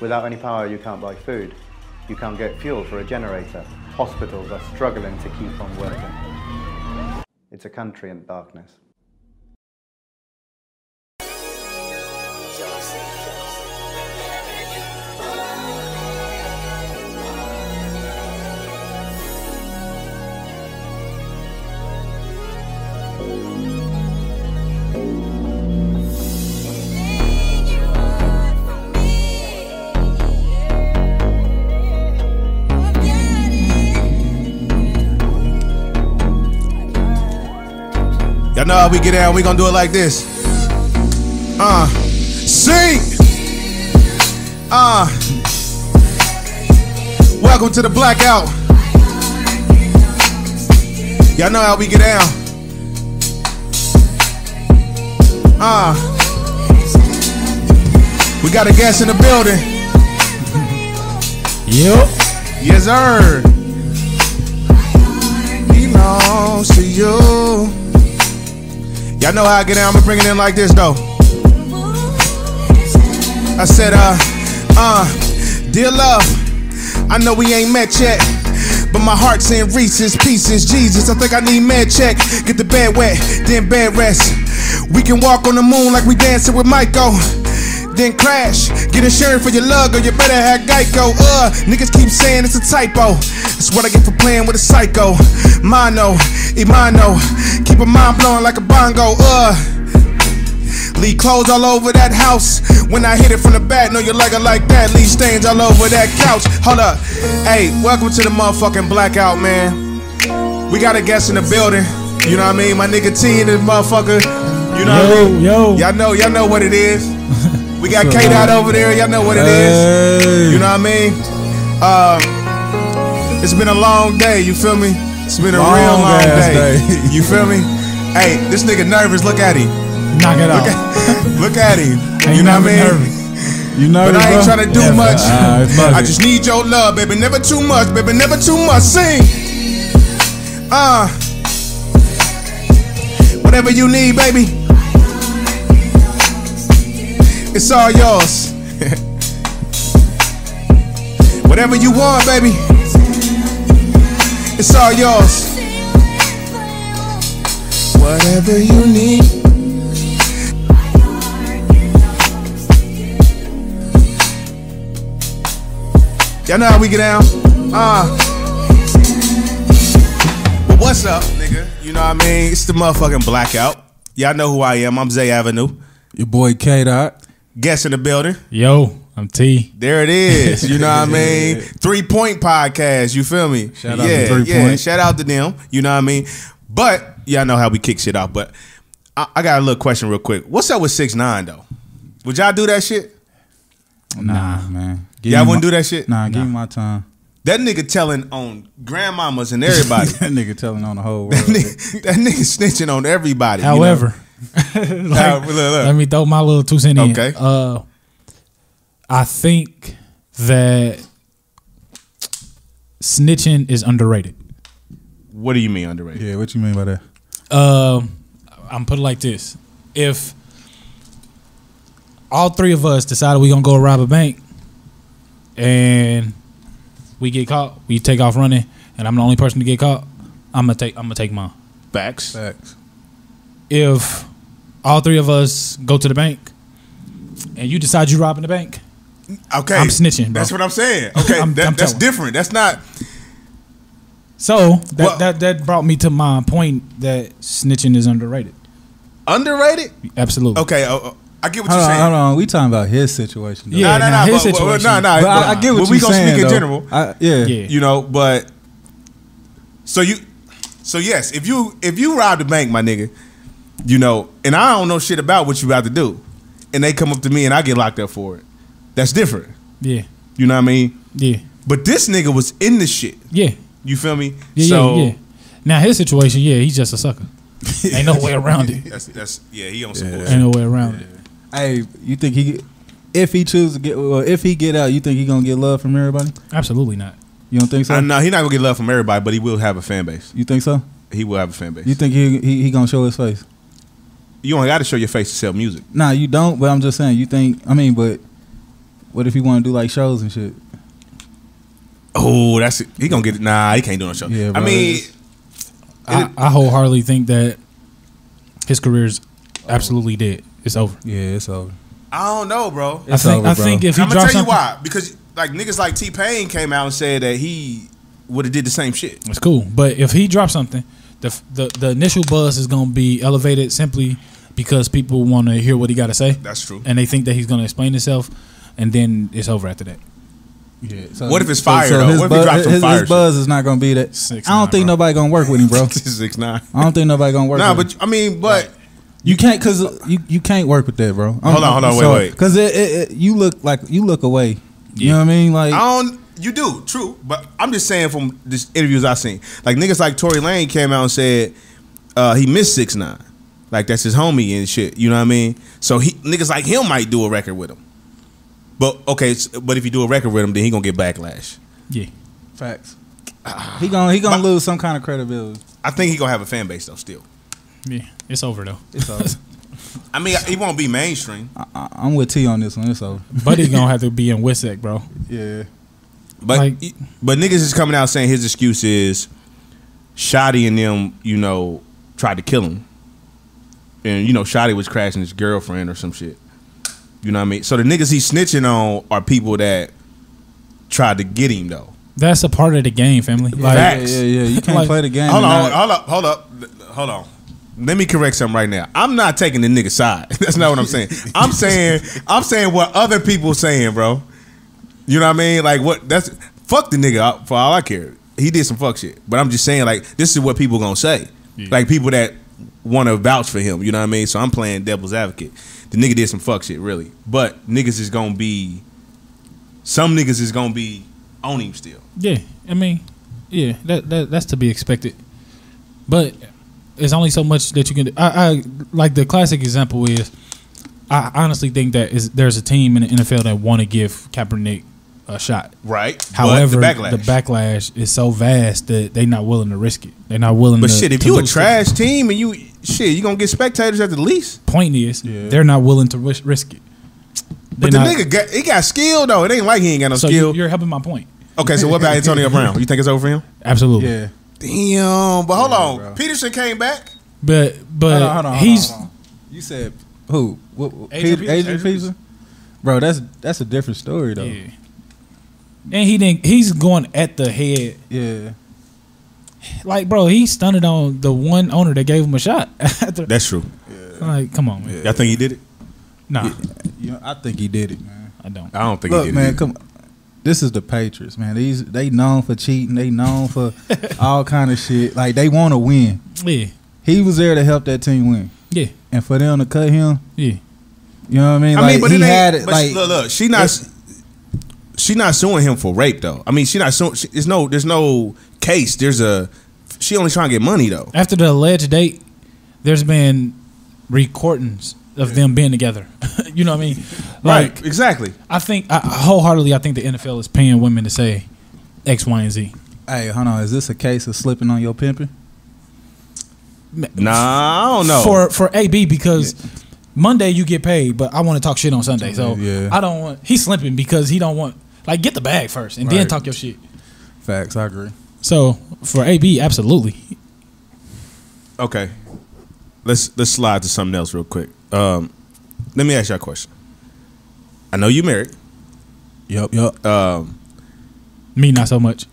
Without any power, you can't buy food. You can't get fuel for a generator. Hospitals are struggling to keep on working. It's a country in darkness. Y'all know how we get down. We gonna do it like this. Uh, sing. Uh, welcome to the blackout. Y'all know how we get down. Uh, we got a guest in the building. yep. Yes, sir. Belongs to you. Y'all know how I get down. I'ma bring it in like this though. I said, uh, uh, dear love, I know we ain't met yet. But my heart's in Reese's pieces. Jesus, I think I need med check. Get the bed wet, then bed rest. We can walk on the moon like we dancing with Michael. Then crash, get insurance for your lug or you better have Geico. Uh, niggas keep saying it's a typo. That's what I get for playing with a psycho. Mono, Imano, keep a mind blowing like a bongo. Uh, Leave clothes all over that house. When I hit it from the back, know you like it like that. Leave stains all over that couch. Hold up. Hey, welcome to the motherfucking blackout, man. We got a guest in the building. You know what I mean? My nigga T in this motherfucker. You know what I mean? Yo, yo. Y'all know, y'all know what it is. We got What's K Dot up, man? over there. Y'all know what it is. Hey. You know what I mean? Um, it's been a long day. You feel me? It's been a Long real long ass day. day. you feel me? Hey, this nigga nervous. Look at him. knock it Look out. at, look at him. You Ain't know what nothing I mean? nervous. You know But I ain't trying to do much. I I just need your love, baby. Never too much, baby. Never too much. Sing. Uh. Whatever you need, baby. It's all yours. Whatever you want, baby. It's all yours. Whatever you need. Y'all know how we get down. Ah. Well, what's up, nigga? You know what I mean? It's the motherfucking blackout. Y'all know who I am. I'm Zay Avenue. your boy K Dot. Guest in the building. Yo, I'm T. There it is. You know what I mean? Three point podcast. You feel me? Shout out to Three Point. Shout out to them. You know what I mean? But y'all know how we kick shit off. But I, I got a little question real quick. What's up with six nine though? Would y'all do that shit? Nah, man. Give Y'all me wouldn't my- do that shit? Mm, Nah, give me my time. That nigga telling on grandmamas and everybody. that nigga telling on the whole world. that, nigga, that nigga snitching on everybody. you know? However, Now, like, look, look. let me throw my little two cents in. Okay. Uh, I think that snitching is underrated. what do you mean underrated? yeah, what you mean by that? Um, I'm put it like this: if all three of us decided we gonna go rob a bank, and we get caught, we take off running, and I'm the only person to get caught, I'm gonna take I'm gonna take mine. Facts. Facts. If all three of us go to the bank, and you decide you robbing the bank, Okay. I'm snitching, bro. That's what I'm saying. Okay. I'm- that- I'm that's telling. different. That's not so that, Well- that that brought me to my point that snitching is underrated. underrated. Absolutely. Okay. uh, uh, I get what Hold you're on, saying. hold on. We talking about his situation. Though. Nah, Yeah, nah, now nah, his but- but- but- situation. nah, nah, but I, I get what but you we gonna saying. speak in though. general. I, yeah. Yeah. you know but so you so yes if you if you rob the bank my nigga you know and i don't know shit about what you about to do and they come up to me and i get locked up for it that's different Yeah. you know what i mean Yeah. but this nigga was in the shit Yeah. you feel me Yeah, so yeah, yeah. Now his situation, yeah, he's just a sucker. Ain't no way around it. that's that's yeah he on some bullshit. Ain't no way around it. Hey, you think he, if he choose to get, well, if he get out, you think he gonna get love from everybody? Absolutely not. You don't think so? I know he not gonna get love from everybody, but he will have a fan base. You think so? He will have a fan base. You think he he, he gonna show his face? You only got to show your face to sell music. Nah, you don't. But I'm just saying. You think? I mean, but What if he want to do like shows and shit? Oh, that's it. He gonna get it. Nah, he can't do no show. Yeah, I bro, mean, it's- I, I wholeheartedly think that his career is absolutely dead. It's over. Yeah, it's over. I don't know, bro. I think. over, I bro. think if he I'm gonna tell drops you something, why. Because like niggas like T Pain came out and said that he would have did the same shit. it's cool. But if he drops something, the f- the, the initial buzz is gonna be elevated simply because people want to hear what he got to say. That's true. and they think that he's going to explain himself, and then it's over after that. Yeah. So, What if it's fire, though? his What if he buzz- drops some his, fire his buzz is not gonna be that. Six I don't nine, think bro. nobody gonna work with him, bro. Six nine. I don't think nobody gonna work. Nah, with him. but I mean, but You can't cause you, you can't work with that, bro. Hold on, hold on, wait, wait. Cause it, it, it you look like you look away. You know what I mean? Like I don't. You do true, but I'm just saying from the interviews I seen, like niggas like Tory Lane came out and said uh, he missed six nine, like that's his homie and shit. You know what I mean? So he niggas like him might do a record with him, but okay, s- but if you do a record with him, then he gonna get backlash. Yeah, facts. He gonna he gonna But- lose some kind of credibility. I think he gonna have a fan base though. Still, yeah, it's over though. It's over. I mean, he won't be mainstream, I, I, I'm with T on this one. It's over. Buddy gonna have to be in Wissack, bro. Yeah. but Like- but niggas is coming out saying his excuse is Shotty and them, you know, tried to kill him. And you know, Shotty was crashing his girlfriend or some shit. You know what I mean? So the niggas he's snitching on are people that tried to get him though. That's a part of the game, family. Like, Fact. Yeah, yeah, yeah. You can't Like- play the game. Hold and on, not- hold up, hold up, hold on. Let me correct something right now. I'm not taking the nigga side. That's not what I'm saying. I'm saying I'm saying what other people saying, bro. You know what I mean? Like what? That's fuck the nigga I- for all I care. He did some fuck shit, but I'm just saying like this is what people gonna say. Like people that want to vouch for him. You know what I mean? So I'm playing devil's advocate. The nigga did some fuck shit, really. But niggas is gonna be some niggas is gonna be on him still. yeah, I mean, yeah, that, that that's to be expected. But it's only so much that you can. I, I like the classic example is. I honestly think that is there's a team in the NFL that want to give Kaepernick a shot. Right. But However, the backlash. the backlash is so vast that they're not willing to risk it. They're not willing. But to, shit, if to you a lose to- trash team and you shit, you gonna get spectators at the least. point is Yeah. they're not willing to risk, risk it. But the nigga got he got skill though. It ain't like he ain't got no so skill. You, are helping my point. okay, so what about Antonio Brown? You think it's over for him? Absolutely. Yeah. Damn, but hold on. bro. Peterson came back. But but Hold on, hold on, hold he's on, hold on. You said who? What, what, Adrian Adrian, Peterson, Adrian Adrian Peterson? Bro, that's that's a different story though. Yeah. yeah. And he didn't he's going at the head. Like, bro, he stunted on the one owner that gave him a shot. After- That's true. like, come on, man. Y'all think he did it? Nah, You know, I think he did it, man. I don't. I don't think he Look, did man, it. come This is the Patriots, man. These they known for cheating, they known for all kind of shit. Like they want to win. Yeah. He was there to help that team win. Yeah. And for them to cut him, Yeah. you know what I mean? I Like mean, but he it ain't, had it but like look, look, she not she not suing him for rape though. I mean, she not suing. She, there's no there's no case. There's a she only trying to get money though. After the alleged date, there's been recordings of them being together. you know what I mean? Like right. Exactly. I think I, wholeheartedly I think the NFL is paying women to say X, Y, and Z. Hey, hold on. Is this a case of slipping on your pimping? Nah, I Oh, don't know. for for AB because Monday you get paid, but I want to talk shit on Sunday. So Yeah. I don't want he's slipping because he don't want like get the bag first and then Right. talk your shit. Facts, I agree. So for AB, absolutely. Okay. Let's let's slide to something else real quick. Um, let me ask y'all a question. I know you married. Yup, yup. Um, Me not so much.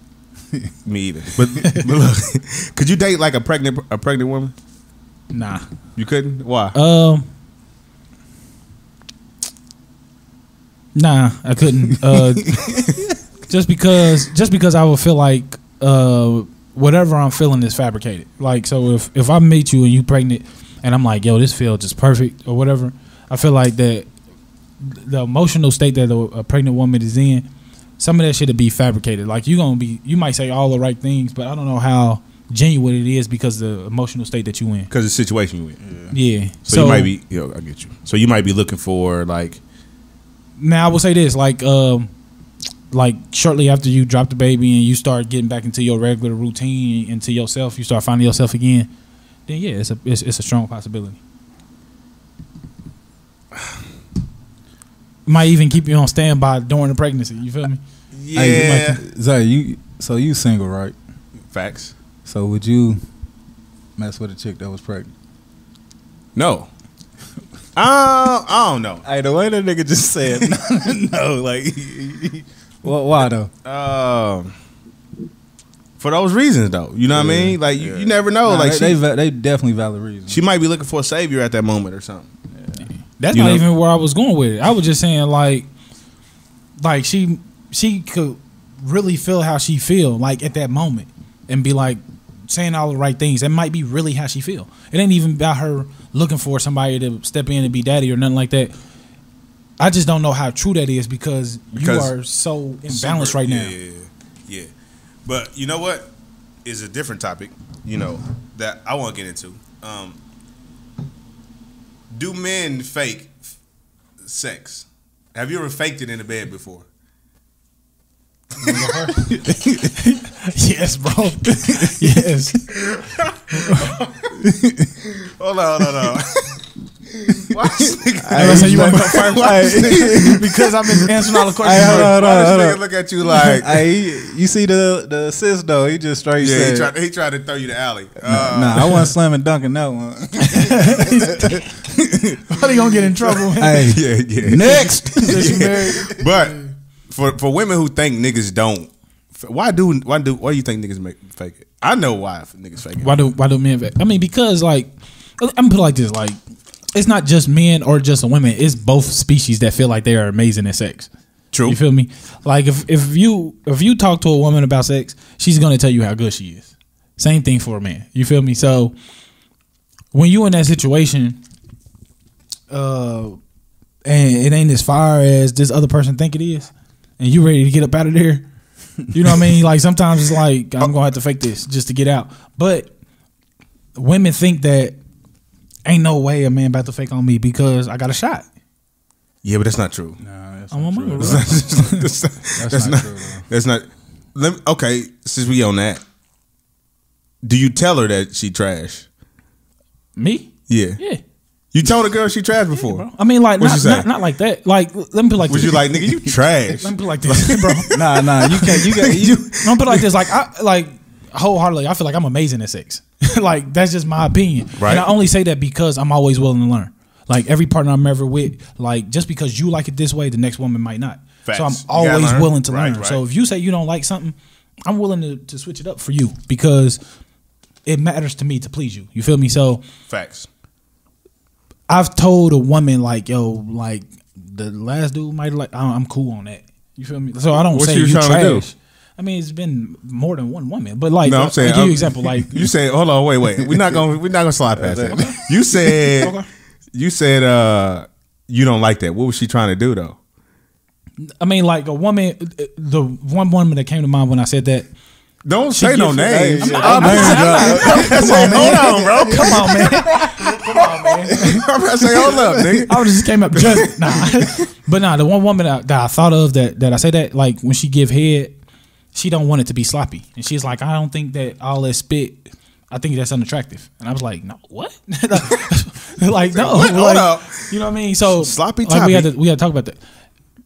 me either. But, but look, could you date like a pregnant a pregnant woman? Nah. You couldn't. Why? Um. Nah, I couldn't. Uh, just because, just because I would feel like uh, whatever I'm feeling is fabricated. Like, so if if I meet you and you pregnant, and I'm like, yo, this feels just perfect or whatever, I feel like that the emotional state that a, a pregnant woman is in, some of that shit would be fabricated. Like you gonna be, you might say all the right things, but I don't know how genuine it is because the emotional state that you in. Because the situation you in. Yeah. So, you might be. Yo, I get you. So you might be looking for like. now I will say this, like um like shortly after you drop the baby and you start getting back into your regular routine into yourself, you start finding yourself again, then yeah, it's a it's, it's a strong possibility. might even keep you on standby during the pregnancy. You feel me? Yeah. Hey, Mike, Zay, you so you single, right? Facts. So would you mess with a chick that was pregnant? No. Um, I don't know. Hey, the way that nigga just said, no, like, well, why though? um, for those reasons though, you know what I mean. Like, you, you never know. Nah, like, they, she, they va- they definitely valid reasons. she might be looking for a savior at that moment or something. That's You not know- even where I was going with it. I was just saying like, like she she could really feel how she feel like at that moment and be like saying all the right things. That might be really how she feel. It ain't even about her looking for somebody to step in and be daddy or nothing like that. I just don't know how true that is because, Because- you are so imbalanced Super- right yeah, now. Yeah, yeah, yeah. But you know what is a different topic, you know, that I want to get into. Um, do men fake f- sex? Have you ever faked it in the bed before? yes, bro. yes. Hold on, hold on. Why this nigga, I was saying you want to go first because I've been answering all the questions. Hey, hold on, hold why on, this hold nigga on. look at you like? Hey, he- you see the the assist though? He just straight yeah, he said, tried, he tried to throw you the alley. Uh, "Nah, I wasn't slamming dunking that one." Probably gonna get in trouble. hey, Yeah, yeah. next. But for for women who think niggas don't, why do why do why do you think niggas make fake it? I know why niggas fake it. Why do why do men? vac- I mean, because like I'm gonna put it like this: like it's not just men or just women; it's both species that feel like they are amazing in sex. True. You feel me? Like if if you if you talk to a woman about sex, she's gonna tell you how good she is. Same thing for a man. You feel me? So when you in that situation, uh, and it ain't as far as this other person think it is, and you ready to get up out of there. You know what I mean? Like sometimes it's like I'm gonna have to fake this just to get out. But women think that ain't no way a man about to fake on me because I got a shot. yeah, but that's not true. Nah, that's I'm not on my true. way. That's- that's, not, that's, That's not. not true, though. that's not. Let me, okay, since we on that, do you tell her that she trash? Me? Yeah. Yeah. You told a girl she trash before. I mean, like What'd not, you say? not not like that. Like let me put it like Was this. you like nigga? You trash. let me put it like this, bro. Nah, nah, you can't. You can't. you, You, I'm put it like this, like I like wholeheartedly, I feel like I'm amazing at sex. like that's just my opinion, Right. and I only say that because I'm always willing to learn. Like every partner I'm ever with, like just because you like it this way, the next woman might not. Facts. So I'm You gotta always learn. willing to Right, learn. right. So if you say you don't like something, I'm willing to, to switch it up for you because it matters to me to please you. You feel me? So facts. I've told a woman like, yo, like the last dude might like, I don't- I'm cool on that. You feel me? So I don't What say you you, trying to do? trash. I mean, it's been more than one woman, but like, No, I'll I'm saying. give you I'm- an example. Like, you said, hold on, wait, wait. We're not gonna we're not gonna slide past that. You said you said uh you don't like that. What was she trying to do though? I mean, like a woman, the one woman that came to mind when I said that. Don't say no gives- names. Hey, I'm saying, hold on, bro. Come on, man. I'm about to say, hold up, nigga. I would just came up just nah, but nah. The one woman that, that I thought of that that I say that like when she give head, she don't want it to be sloppy, and she's like, I don't think that all that spit. I think that's unattractive, and I was like, no, what? like no, What? Hold like, up. you know what I mean? So Sloppy like, we had to toppy. we had to talk about that,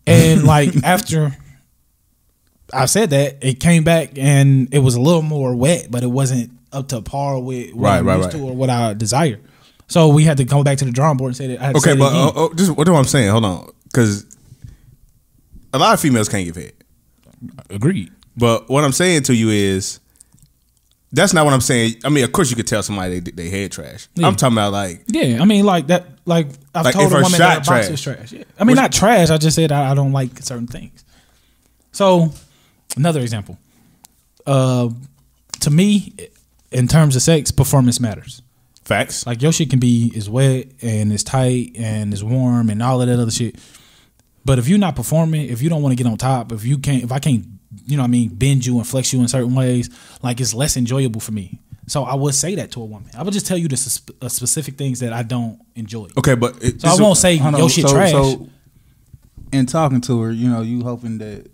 and like after. I said that it came back and it was a little more wet, but it wasn't up to par with what Right, I'm right, used right. to or what I desire. So we had to go back to the drawing board and say that. I had to say Okay, it but again. uh, oh, just what do I'm saying? Hold on, because a lot of females can't give head. uh, Agreed. But what I'm saying to you is, that's not what I'm saying. I mean, of course you could tell somebody they, they head trash. I'm talking about like Yeah, I mean, like that. Like I've Like, told if a her woman shot that her box trash. is trash. Yeah. I mean, not trash. I just said I, I don't like certain things. So, another example. Uh, to me, in terms of sex, performance matters. facts. Like your shit can be is wet and it's tight and it's warm and all of that other shit. But if you're not performing, if you don't want to get on top, if you can't, if I can't, you know what I mean, bend you and flex you in certain ways, like it's less enjoyable for me. So I would say that to a woman. I would just tell you the sp- uh, specific things that I don't enjoy. okay, but it, So I this- won't say Hold on, yo shit trash. in talking to her, you know, you hoping that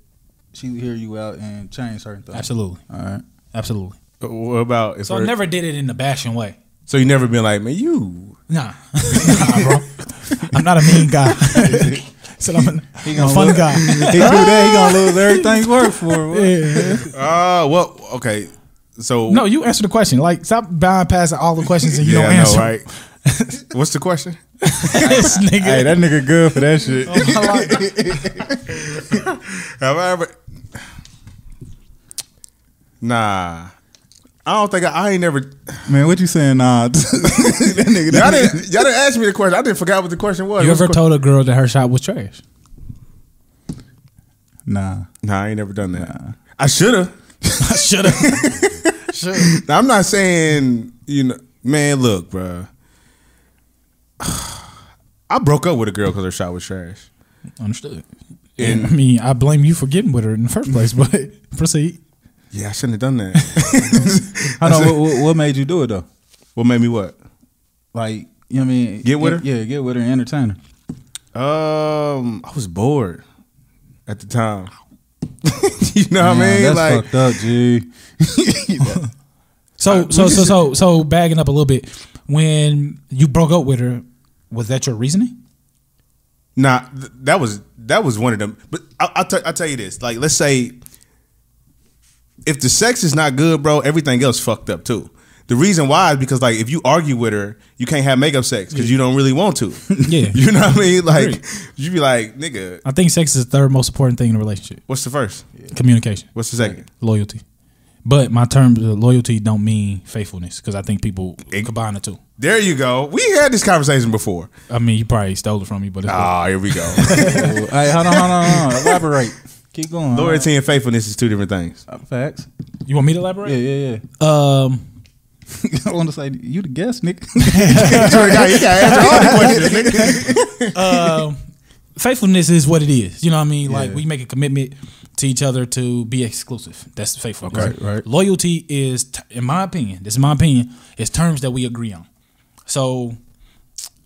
she would hear you out and change certain things. absolutely, All right. absolutely. What about if So I her- never did it in a bashing way. So you never been like, man, you Nah, nah, bro. I'm not a mean guy. Said I'm a, He a gonna fun look- guy. He do that. He gonna lose everything he worked for. Yeah. Uh, well, okay. So No, you answer the question. Like, stop bypassing all the questions and you yeah, don't I know, answer. right? What's the question? Oh, this nigga. Hey, that nigga good for that shit. Have I ever? Nah, I don't think I, I ain't never. Man, what you saying? Nah, that nigga. Y'all didn't. Y'all didn't ask me the question. I didn't forgot what the question was. You What's ever the que- told a girl that her shot was trash? Nah. Nah, I ain't never done that. I should have. I should have. Now, I'm not saying you know, man. Look, bruh. I broke up with a girl because her shot was trash. Understood. And- I mean, I blame you for getting with her in the first place, but proceed. Yeah, I shouldn't have done that. I know what, what, what made you do it though. what made me what? Like, you know what I mean, Get with her? Yeah, get with her and entertain her. Um, I was bored at the time. you know what Nah, I mean? that's Like, fucked up, G. So, so, so, so, so, bagging up a little bit. When you broke up with her, was that your reasoning? Nah, th- that was that was one of them. But I, I'll, t- I'll tell you this: like, let's say if the sex is not good, bro, everything else fucked up too. The reason why is because like if you argue with her, you can't have makeup sex because you don't really want to. Yeah. you know what I mean. Like, Agreed. you be like, nigga, I think sex is the third most important thing in a relationship. what's the first? Communication, What's the second? loyalty. But my terms of loyalty don't mean faithfulness because I think people combine the two. There you go. We had this conversation before. I mean, you probably stole it from me, but it's Ah, here we go. hey, hold on, hold on, hold on. Elaborate. Keep going. Loyalty and faithfulness is two different things. Uh, Facts. you want me to Yeah, elaborate? yeah, Um, yeah. I want to say you the guest, nigga. um, faithfulness is what it is. You know what I mean? Like Yeah. we make a commitment to each other to be exclusive. That's faithfulness. Okay, right. Loyalty is, t- in my opinion, this is my opinion, is terms that we agree on. So,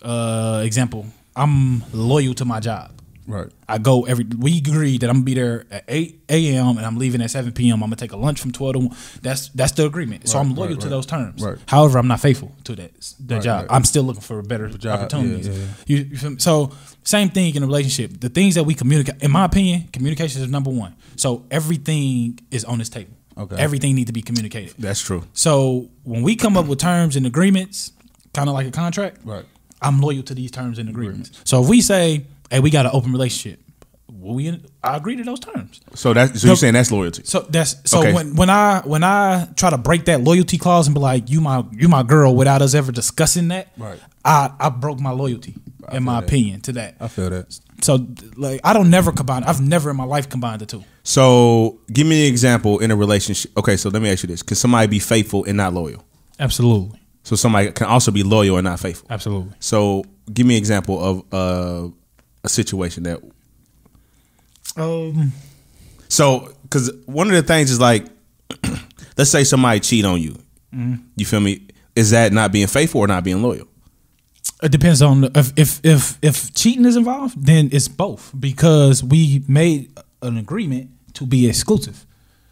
uh, example, I'm loyal to my job. right. I go every. We agree that I'm gonna be there at eight a.m. and I'm leaving at seven p.m. I'm gonna take a lunch from twelve to one. That's that's the agreement. so I'm loyal right, to right. those terms. Right. However, I'm not faithful to that s- the Right, job. right. I'm still looking for better job, opportunities. yeah, yeah, You, you feel me? So same thing in a relationship. The things that we communicate, in my opinion, communication is number one. So everything is on this table. Okay. Everything needs to be communicated. That's true. So when we come up with terms and agreements, kind of like a contract, Right. I'm loyal to these terms and agreements. So if we say, "Hey, we got an open relationship," well, we I agree to those terms. So that's so you're saying that's loyalty. So that's so Okay. when when I when I try to break that loyalty clause and be like, "You my you my girl," without us ever discussing that, Right. I I broke my loyalty in my that. opinion to that. I feel that. So like I don't never combine. I've never in my life combined the two. So, give me an example in a relationship. Okay, so let me ask you this: Can somebody be faithful and not loyal? Absolutely, So somebody can also be loyal and not faithful. absolutely. So, give me an example of uh, a situation that. Um, So, because one of the things is like, let's say somebody cheat on you. Mm-hmm. You feel me? Is that not being faithful or not being loyal? It depends on the- if if if if cheating is involved, then it's both because we made an agreement to be exclusive.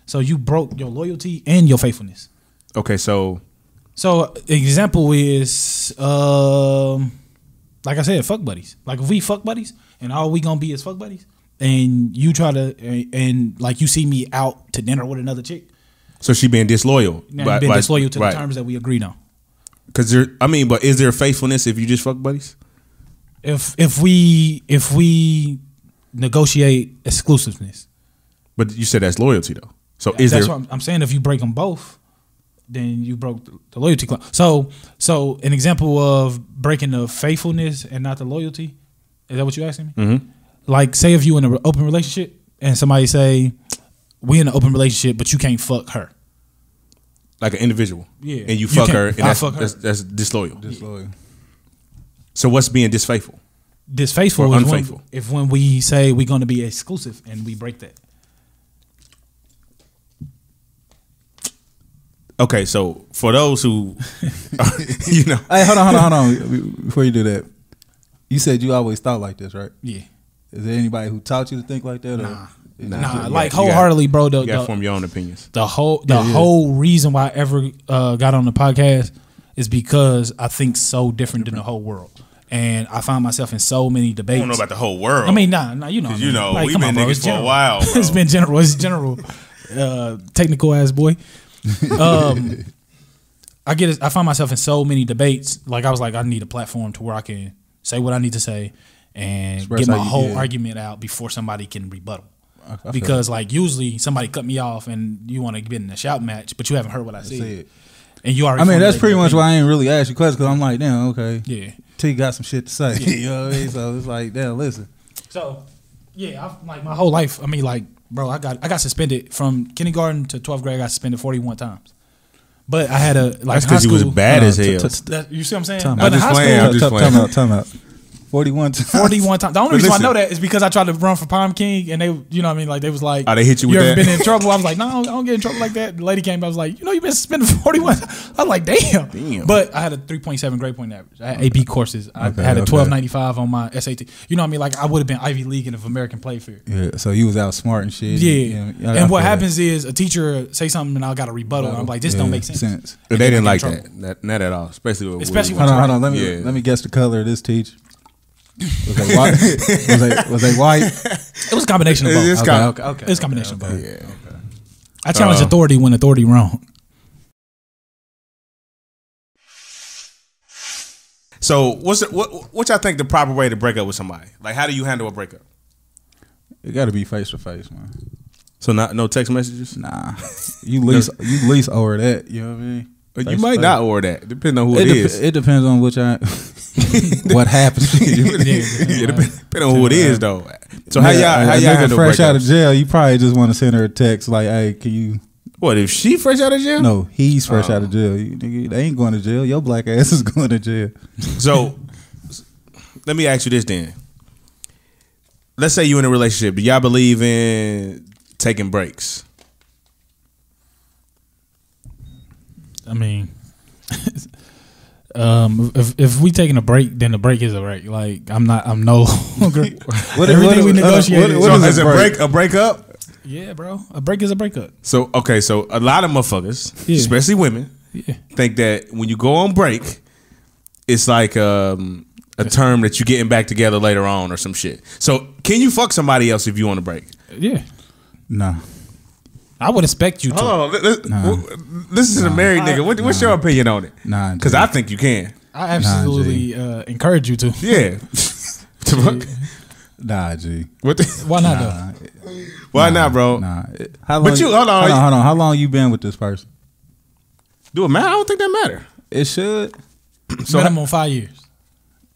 So you broke your loyalty and your faithfulness. Okay, so So example is um like I said, fuck buddies. Like if we fuck buddies and all we gonna be is fuck buddies, and you try to and, and like you see me out to dinner with another chick, so she being disloyal. now you've been disloyal to the terms that we agreed on. Because there, I mean, but is there faithfulness if you just fuck buddies? If if we if we negotiate exclusiveness. But you said that's loyalty though. So is That's there? what I'm, I'm saying. If you break them both, then you broke the, the loyalty clause. So, so an example of breaking the faithfulness and not the loyalty. Is that what you asking me? Mm-hmm. Like, say if you in an open relationship and somebody say, "We in an open relationship, but you can't fuck her." like an individual. Yeah. And You you fuck can't- her, and I that's, fuck her. That's, that's disloyal. Disloyal. So what's being disfaithful? Disfaithful Or is when- unfaithful. if when we say we're going to be exclusive and we break that. Okay, so for those who, you know, Hey, hold on, hold on, hold on. Before you do that, you said you always thought like this, right? Yeah. Is there anybody who taught you to think like that? Or Nah. It's Nah, just you? like you got- wholeheartedly, bro. The, you gotta the- form your own opinions. the whole the whole reason why I ever uh, got on the podcast is because I think so different than the whole world. and I find myself in so many debates. I don't know about the whole world. I mean, nah, nah, you know, what I You mean. know, we come been bro, niggas it's for a while, bro. it's been general. It's general, uh, technical ass boy. Um, I get. I find myself in so many debates. Like I was like, I need a platform to where I can say what I need to say and Express get my how you whole feel. argument out before somebody can rebuttal. feel Because like usually somebody cut me off and you want to get in a shout match, but you haven't heard what I said, it. and you already. I mean, that's formulated pretty your much opinion. why I ain't really ask you questions because I'm like, damn, okay. Yeah. T got some shit to say. you know what I mean? So it's like, damn, listen. So, yeah, I've, like my whole life. I mean, like, bro, I got I got suspended from kindergarten to twelfth grade. I got suspended forty one times. But I had a like That's high because you school. was bad Uh, as t- hell. t- t- That, you see what I'm saying? Time out. But in I just high playing, I'm school, just Time playing. out, time out. 41 times. forty one times. The only But reason I listen. know that is because I tried to run for Palm King, and they, you know, what I mean, like they was like, Oh, they hit you with ever that?" been in trouble? I was like, no, I don't- I don't get in trouble like that. The lady came, I was like, you know, you've been suspended for forty one. I was like, damn. Damn. But I had a three point seven grade point average. I had AP courses. I Okay, had a okay. twelve ninety five on my SAT. You know, what I mean, like I would have been Ivy League and if American played fair. Yeah, so you was out smart and shit. Yeah. I- I and what feel happens is a teacher say something and I got a rebuttal. and I'm like, this Yeah, don't make sense. They didn't like Get in that. Not, not at all. Especially with Especially Woody. Hold on, hold on. Let me Yeah. let me guess the color of this teacher. Was they white? was, they, was they white? It was a combination of both. It's It kind- okay, okay. was a combination of both. Yeah. I challenge Uh, authority when authority wrong. So what's what what y'all think the proper way to break up with somebody? Like how do you handle a breakup? It got to be face to face, man. So not no text messages. Nah, you least you least over that. You know what I mean? you might not order that, depending on who It, it dep- is. it depends on which I what happens. to you. Yeah, depend- depending on who it is though. So how Nigga, y'all how a y'all nigga handle fresh out of breakups? jail? You probably just want to send her a text like, "Hey, can you?" What if she fresh out of jail? No, he's fresh out of jail. You, nigga, they ain't going to jail. Your black ass is going to jail. So let me ask you this then. Let's say you in a relationship. Do y'all believe in taking breaks? I mean, um, if if we taking a break, then the break is a break. Like I'm not. I'm no longer. What- everything what- we what- negotiated. What so is a is a break? break a breakup? yeah, bro. A break is a breakup. So okay, so a lot of motherfuckers, Yeah. especially women, Yeah. think that when you go on break, it's like um, a term that you're getting back together later on or some shit. So can you fuck somebody else if you on a break? Yeah. Nah, I would expect you to. Hold on, this, this is a married nigga. What, what's your opinion on it? Nah, because I think you can. I absolutely uh, encourage you to. Yeah. To fuck- nah, G. what the- Why not? though? Nah, why not, bro? nah. It- How long But you- hold on. hold on, hold on. How long you been with this person? Do it matter? I don't think that matter. It should. So Minimum five years.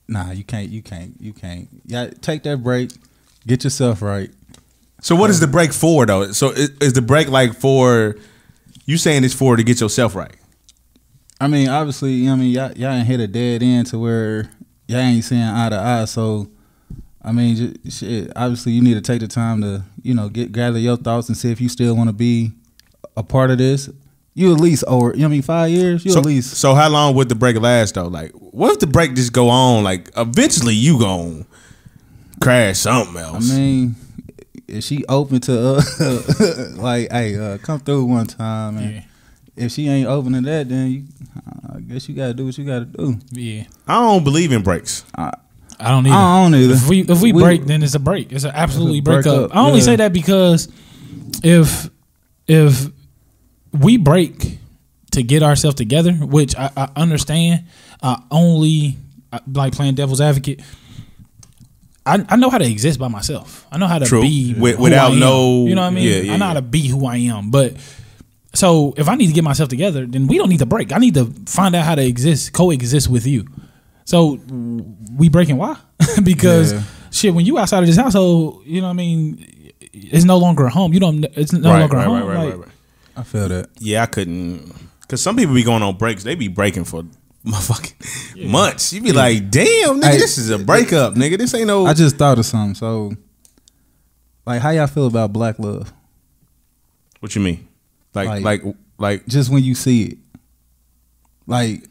Nah, you can't. You can't. You can't. Yeah, take that break. Get yourself right. so what is the break for though? So is, is the break like for you saying it's for to get yourself right? I mean, obviously, you know what I mean, y'all, y'all ain't hit a dead end to where y'all ain't seeing eye to eye. So, I mean, ju- shit. Obviously, you need to take the time to, you know, get gather your thoughts and see if you still want to be a part of this. You at least, or you know, what I mean, five years. You so, at least. So how long would the break last though? Like, what if the break just go on? Like, eventually you gon' crash something I else. mean, if she open to uh, like, hey, uh, come through one time, and if she ain't open to that, then you, I guess you gotta do what you gotta do. Yeah. I don't believe in breaks. I don't either. I don't either. If we if we, We- break, then it's a break. It's an absolutely It's a break break up. up, I only yeah. say that because if if we break to get ourselves together, which I, I understand, I only I, like playing devil's advocate. I, I know how to exist by myself. I know how to True. be Wi- who without I am. no- You know what I mean? yeah, yeah, I know how yeah. to be who I am. But so if I need to get myself together, then we don't need to break. I need to find out how to exist, coexist with you. So we breaking why? because Yeah. shit, when you outside of this household, you know what I mean. It's no longer a home. You don't. It's no right, longer right, a home. right, right, Like, right, right. I feel that. Yeah, I couldn't. Cause some people be going on breaks. They be breaking for motherfucking months. You be like, damn, nigga, Hey, this is a breakup, nigga. This ain't Oh. no. I just thought of something. So, like, how y'all feel about black love? what you mean? Like, like, Like- like, Just when you see it, like,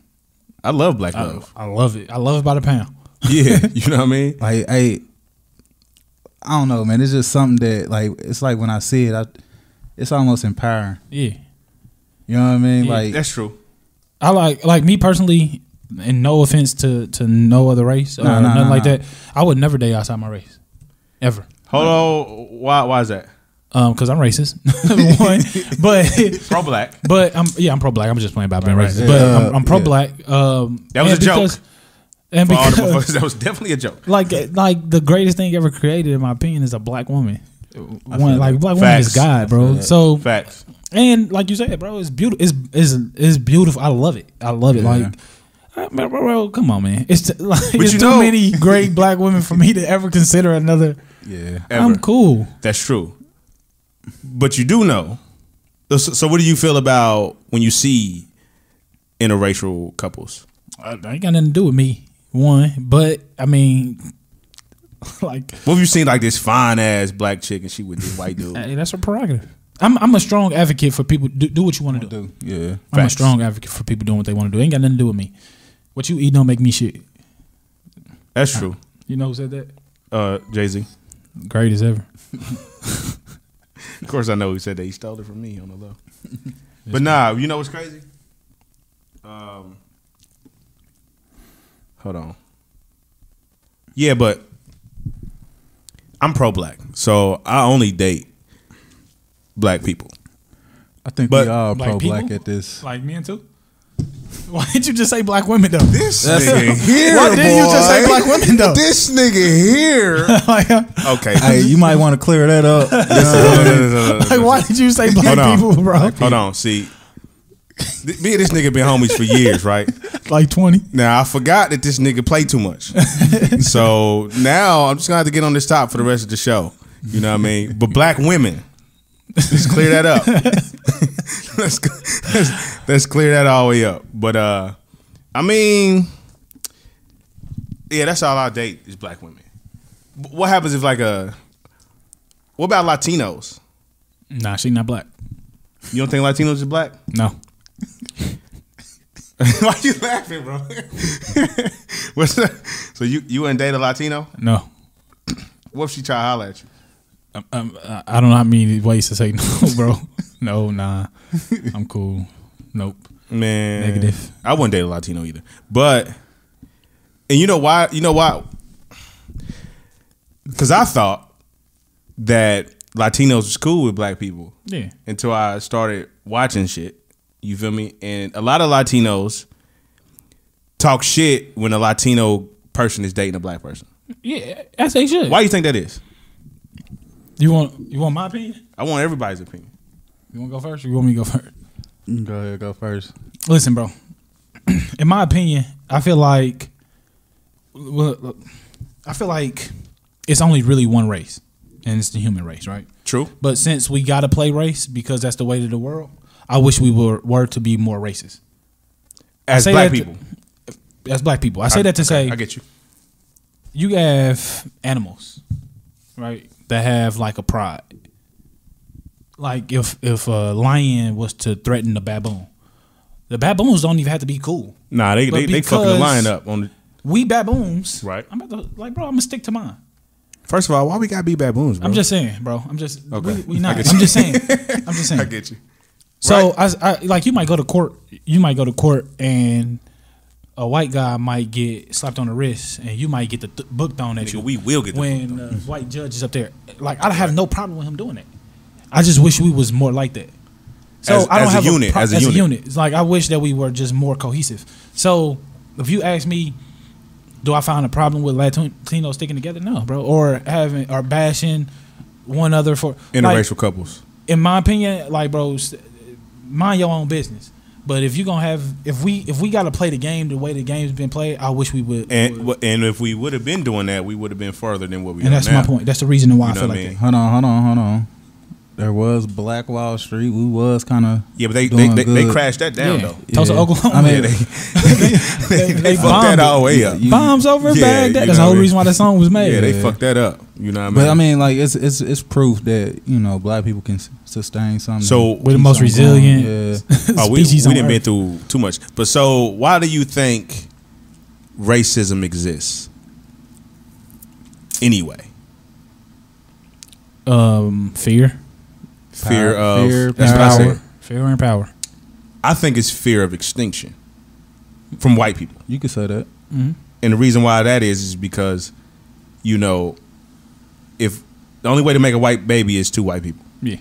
I love black I, love. I love it. I love it by the pound. yeah, you know what I mean. like, hey, I don't know, man. It's just something that, like, it's like when I see it, I, it's almost empowering. Yeah. You know what I mean? Yeah, like, That's true. I like like me personally. and no offense to to no other race or Nah, nah, nothing nah, like nah. that. I would never date outside my race, ever. Hold on. Why? Why is that? Um, because I'm racist, number one. But Pro black. but I'm yeah, I'm pro black. I'm just playing about being Right, right. racist. But Yeah, I'm, I'm pro yeah. black. Um, That was and a joke. because- And For all the because motherfuckers, that was definitely a joke. like like the greatest thing ever created, in my opinion, is a black woman. One, like black woman is Facts. God, bro. So Facts. and like you said, bro, it's beautiful. It's it's it's beautiful. I love it. I love it. Like, I- bro, bro, bro, come on, man. It's t- like it's you too know- many great black women for me to ever consider another. Yeah. Ever. I'm cool. That's true. But you do know. So, so what do you feel about when you see interracial couples? I, I ain't got nothing to do with me. One, but I mean, like, What have you seen like this fine ass black chick and she with this white dude? hey, that's a prerogative. I'm I'm a strong advocate for people do, do what you want to do. Do. Yeah. I'm a Facts. strong advocate for people doing what they want to do. Ain't got nothing to do with me. What you eat don't make me shit. That's true. You know who said that? Uh, Jay Z. Great as ever. Of course, I know he said that he stole it from me on the low. but nah, you know what's crazy? Um, hold on. Yeah, but I'm pro black, so I only date black people. I think But- we all Black pro black people? at this. Like men too. Why didn't you just say black women though? This nigga here. Why didn't you just say boy. black women though? This nigga here. like, Okay. hey, you might want to clear that up. No, no, no, no, no, no, like, no. why did you say black Hold on. people, bro? Hold on. See, Th- me and this nigga been homies for years, right? Like twenty. Now I forgot that this nigga played too much. so now I'm just gonna have to get on this top for the rest of the show. You know what I mean? But black women. Let's clear that up. let's, let's let's clear that all the way up. But uh I mean Yeah, that's all I date is black women. But What happens if like a what about Latinos? Nah, she not black. You don't think Latinos is black? No. Why you laughing, bro? What's that? So you you wouldn't date a Latino? No. What if she try to holler at you? Um, um, I I don't know how many ways to say no, bro. no, nah. I'm cool. Nope. Man, Negative. I wouldn't date a Latino either. But and you know why? You know why? Because I thought that Latinos was cool with black people Yeah. until I started watching shit. You feel me? And a lot of Latinos talk shit when a Latino person is dating a black person. Yeah, as they should. Why do you think that is? You want you want my opinion? I want everybody's opinion. You want to go first? Or you want me to go first? Go ahead, go first. Listen, bro. In my opinion, I feel like, well, I feel like it's only really one race, and it's the human race, right? True. But since we gotta play race because that's the way of the world, I wish we were were to be more racist As say black that- people, as black people. I say that to Okay, say I get you. you have animals, right? That have like a pride. Like if if a lion was to threaten a baboon, the baboons don't even have to be cool. Nah, they But they, they fucking the because- line up on. The, We baboons, Right. I'm about to like, bro. I'm gonna stick to mine. First of all, why we gotta be baboons? Bro? I'm just saying, bro. I'm just Okay. we, we I not. get you. I'm just saying. I'm just saying. I get you. So I, I like you might go to court. You might go to court, and a white guy might get slapped on the wrist, and you might get the th- book thrown at Nigga, you. we will get the when the white judge is up there. Like I have no problem with him doing that. I just wish we was more like that. So As- I don't as a have unit, pro- as a unit. It's like I wish that we were just more cohesive. So if you ask me, do I find a problem with Latinos sticking together? No, bro. Or having or bashing one other for like, Interracial couples. in my opinion, like bro, s- mind your own business. But if you gonna have, if we if we gotta play the game the way the game's been played, I wish we would. And would. w- and if we would have been doing that, we would have been further than what we and are that's now. my point. That's the reason why You I know feel what like I mean? that. Hold on, hold on, hold on. There was Black Wall Street. We was kind of Yeah, but they they, they, they good. crashed that down yeah. though. Tulsa, Yeah. Oklahoma. I mean, Yeah, they, they, they fucked that all the way up. You- Bombs over Yeah, Baghdad. you That's the know whole what I reason why that song was made. yeah, they Yeah. fucked that up. You know what I mean? But I mean, like it's it's it's proof that you know black people can s- sustain something. So- Keep We're the most something resilient. going. oh, we we species on didn't been Earth. through too much. But so why do you think racism exists anyway? Um, fear, Fear Power- of fear, that's what I power. said. fear and power. I think it's fear of extinction. from white people. You could say that. And the reason why that is is because, you know, if the only way to make a white baby is two white people. Yeah.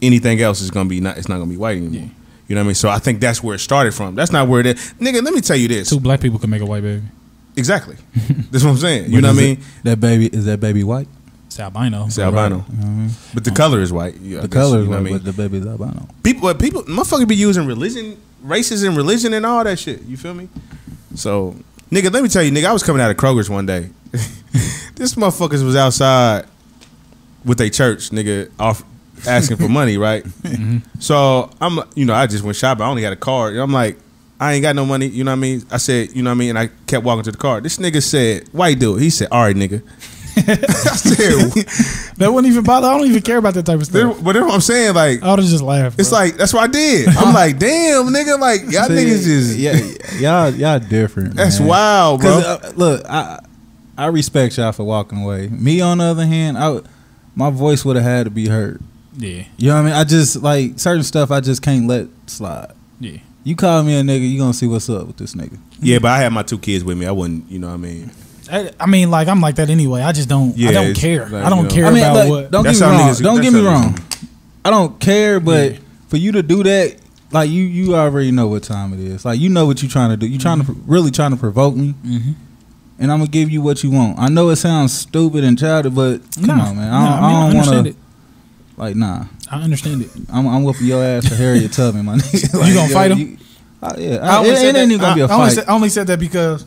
Anything else is gonna be not it's not gonna be white anymore. You know what I mean? So I think that's where it started from. That's not where it is. Nigga, let me tell you this. Two black people can make a white baby. Exactly. that's what I'm saying. You know what I mean? Is it- that baby is that baby white. It's albino. It's albino. But the color is white. Yeah, I The guess, color is you know what white, I mean? but the baby's albino. people but people motherfucker be using religion races and religion and all that shit you feel me so nigga let me tell you nigga i was coming out of kroger's one day this motherfuckers was outside with a church nigga off asking for money right so i'm you know i just went shopping i only had a card and i'm like i ain't got no money you know what i mean i said you know what i mean and i kept walking to the car this nigga said white dude he said all right nigga i said That wouldn't even bother. I don't even care about that type of stuff. but that's what i'm saying like I would have just laughed. it's bro. like that's what I did. I'm like, damn, nigga, like y'all niggas is yeah, y'all y'all different. that's man. wild, bro. Cause, uh, look, I I respect y'all for walking away. Me on the other hand, I would- my voice would have had to be heard. yeah, You know what I mean? I just like certain stuff I just can't let slide. yeah. You call me a nigga, you gonna see what's up with this nigga. yeah, but I had my two kids with me. I wouldn't, you know, what I mean, I, I mean, like I'm like that anyway. I just don't. Yeah, I don't it's care. like, I don't you know. care I mean, about like, what. don't That's get how me wrong. niggas- don't that's get me how niggas wrong. I don't care, but for you to do that, like you, you already know what time it is. Like you know what you're trying to do. You're trying to Mm-hmm. pro- really trying to provoke me, and I'm gonna give you what you want. I know it sounds stupid and childish, but come Nah, on, man. nah, I don't, mean, I don't understand want it. to. Like, nah. I understand it. I'm, I'm whooping your ass for Harriet Tubman, my nigga. You gonna fight him? you- I- yeah, I I, only it, said it ain't even gonna that- be a I- I only fight. said- I only said that because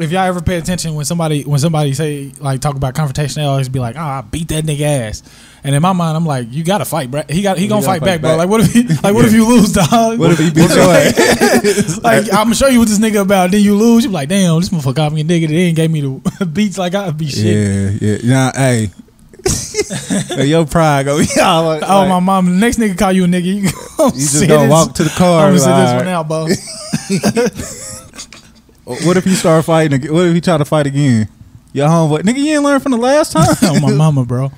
if y'all ever pay attention when somebody when somebody say like talk about confrontation, they always be like, "Ah, I beat that nigga ass." And in my mind, I'm like, "You gotta fight, bro. He got he gonna gotta fight, back, fight bro. back. Like what if he, like what if you lose, dog? what if he beat your ass? like I'm gonna show you what this nigga about. Then you lose. You be like, damn, this motherfucker got me a nigga. They ain't gave me the beats like I be oh, shit. Yeah, yeah. Nah, hey. Hey, your pride go. Y'all like, Oh my mom! The next nigga call you a nigga. You, gonna You just sit gonna this- walk to the car. I'm gonna sit like, this all one out, bro. What if you start fighting? ag- What if you try to fight again? Your homeboy, nigga, you didn't learn from the last time. on Oh, my mama, bro.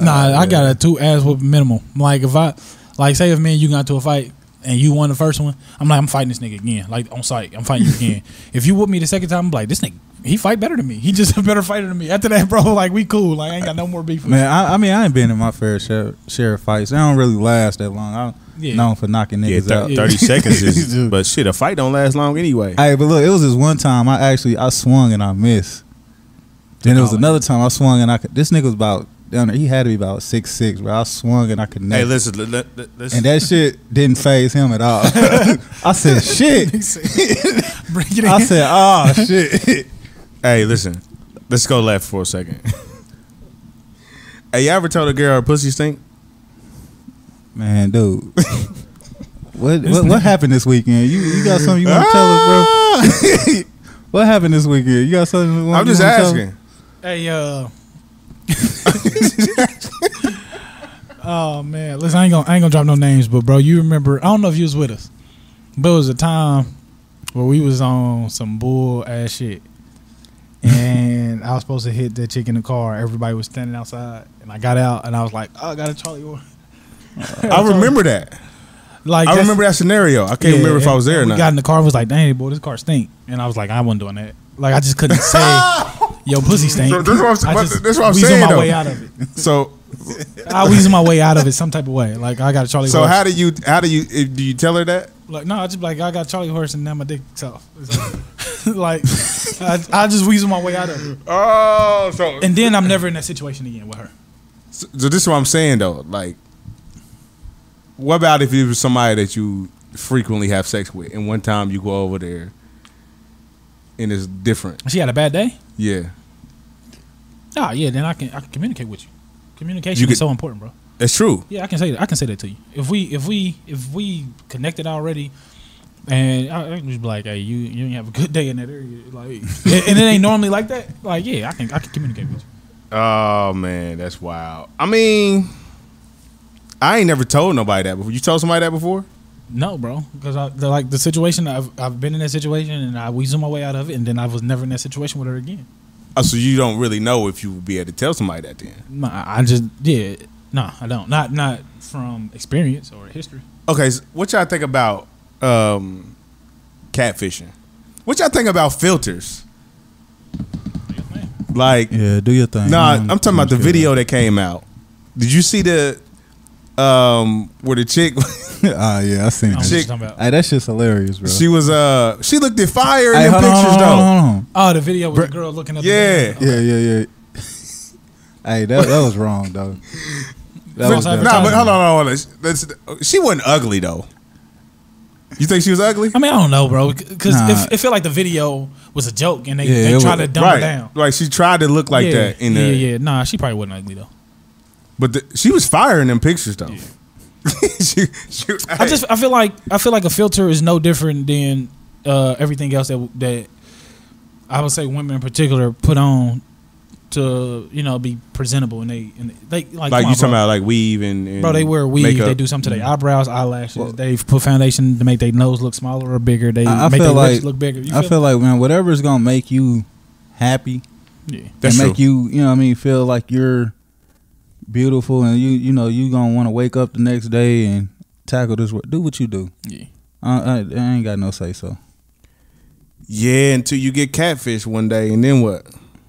Nah, I got a two ass whoop minimum. Like if I, like say if me and you got into a fight and you won the first one, I'm like I'm fighting this nigga again. Like on site, I'm fighting you again. if you whoop me the second time, I'm like this nigga, he fight better than me. He just a better fighter than me. After that, bro, like we cool. Like I ain't got no more beef. with Man, I, I mean, I ain't been in my fair share, share of fights. They don't really last that long. I'm Yeah. known for knocking yeah, niggas thir- out. thirty seconds is, but shit, a fight don't last long anyway. Hey, but look, it was this one time I actually I swung and I missed. Then it was another time I swung and I could, this nigga was about down there. He had to be about six six, but I swung and I could hey, listen, let, let, us and that shit didn't phase him at all. I said shit. you. Bring it in. I said oh shit. hey, listen, let's go left for a second. hey, you ever told a girl her pussy stink? Man, dude. What, what what happened this weekend? You you got something you want to tell us, us, bro? bro? What happened this weekend? You got something? you wanna- I'm just you wanna tell us? asking. hey, uh. oh man, listen, I ain't gonna I ain't gonna drop no names, but bro, you remember? I don't know if you was with us, but it was a time where we was on some bull ass shit, and I was supposed to hit that chick in the car. Everybody was standing outside, and I got out, and I was like, oh, I got a Charlie Orr. I remember that. Like I that's- remember that scenario. I can't Yeah, remember if I was there or and we Got not. in the car and was like, "Dang, boy, this car stink." And I was like, "I wasn't doing that." Like I just couldn't say, "Yo, pussy stink." So that's what I'm s- I but just that's what I'm weasel saying, my though. way out of it. So, I weasel my way out of it some type of way. Like I got a Charlie. so horse. how do you how do you if- do you tell her that? Like no, I just be like I got a Charlie horse and now my dick off. It's like, like, I, I just weasel my way out of it, Oh, so and then I'm never in that situation again with her. So, so this is what I'm saying though. Like, what about if it was somebody that you frequently have sex with, and one time you go over there, and it's different? She had a bad day. Yeah, Ah, yeah. Then I can I can communicate with you. Communication You is could- so important, bro. it's true. Yeah, I can say that. I can say that to you. If we if we if we connected already, and I, I can just be like, hey, you you ain't have a good day in that area, like, and, and it ain't normally like that. Like, yeah, I can I can communicate with you. Oh man, that's wild. I mean, I ain't never told nobody that before. You told somebody that before? No, bro, because I the, like the situation. I've I've been in that situation, and I weasel my way out of it, and then I was never in that situation with her again. Oh, so you don't really know if you would be able to tell somebody that then? Nah, I just yeah, nah, I don't. Not not from experience or history. Okay, so what y'all think about um, catfishing. What y'all think about filters? Like, Yeah, do your thing. nah, don't- I'm talking about the don't care. video that came out. Did you see the um where the chick Ah, yeah, I seen I'm it. Chick- just talking about. Hey, that shit's hilarious, bro. she was uh she looked at fire in hey, the hold on, pictures hold on, though. hold on, hold on. Oh, the video with the girl looking up. the Yeah. girl. Yeah, yeah, yeah. hey, that that was wrong, though. That First definitely- time- Nah, but hold on, hold on. That's, she wasn't ugly though. You think she was ugly? I mean, I don't know, bro, because Nah. it, it felt like the video was a joke, and they, Yeah, they it tried was- to dumb right, it down. right. She tried to look like yeah, that in yeah, the, yeah. Nah, she probably wasn't ugly though. but the, she was firing them pictures though. she, she, I just I feel like I feel like a filter is no different than uh, everything else that that I would say women in particular put on to you know be presentable and they and they like like you come on, bro. talking about like weave and, and Bro, they wear weave. makeup. Mm-hmm. They do something to their eyebrows, eyelashes. they put foundation to make their nose look smaller or bigger. They I, I make feel their like lips look bigger. You I feel like man, whatever's gonna make you happy yeah. That's and make true. you, you know, what I mean, feel like you're beautiful and you, you know, you gonna want to wake up the next day and tackle this. work. Do what you do. yeah. I, I, I ain't got no say so. yeah, until you get catfish one day, and then what?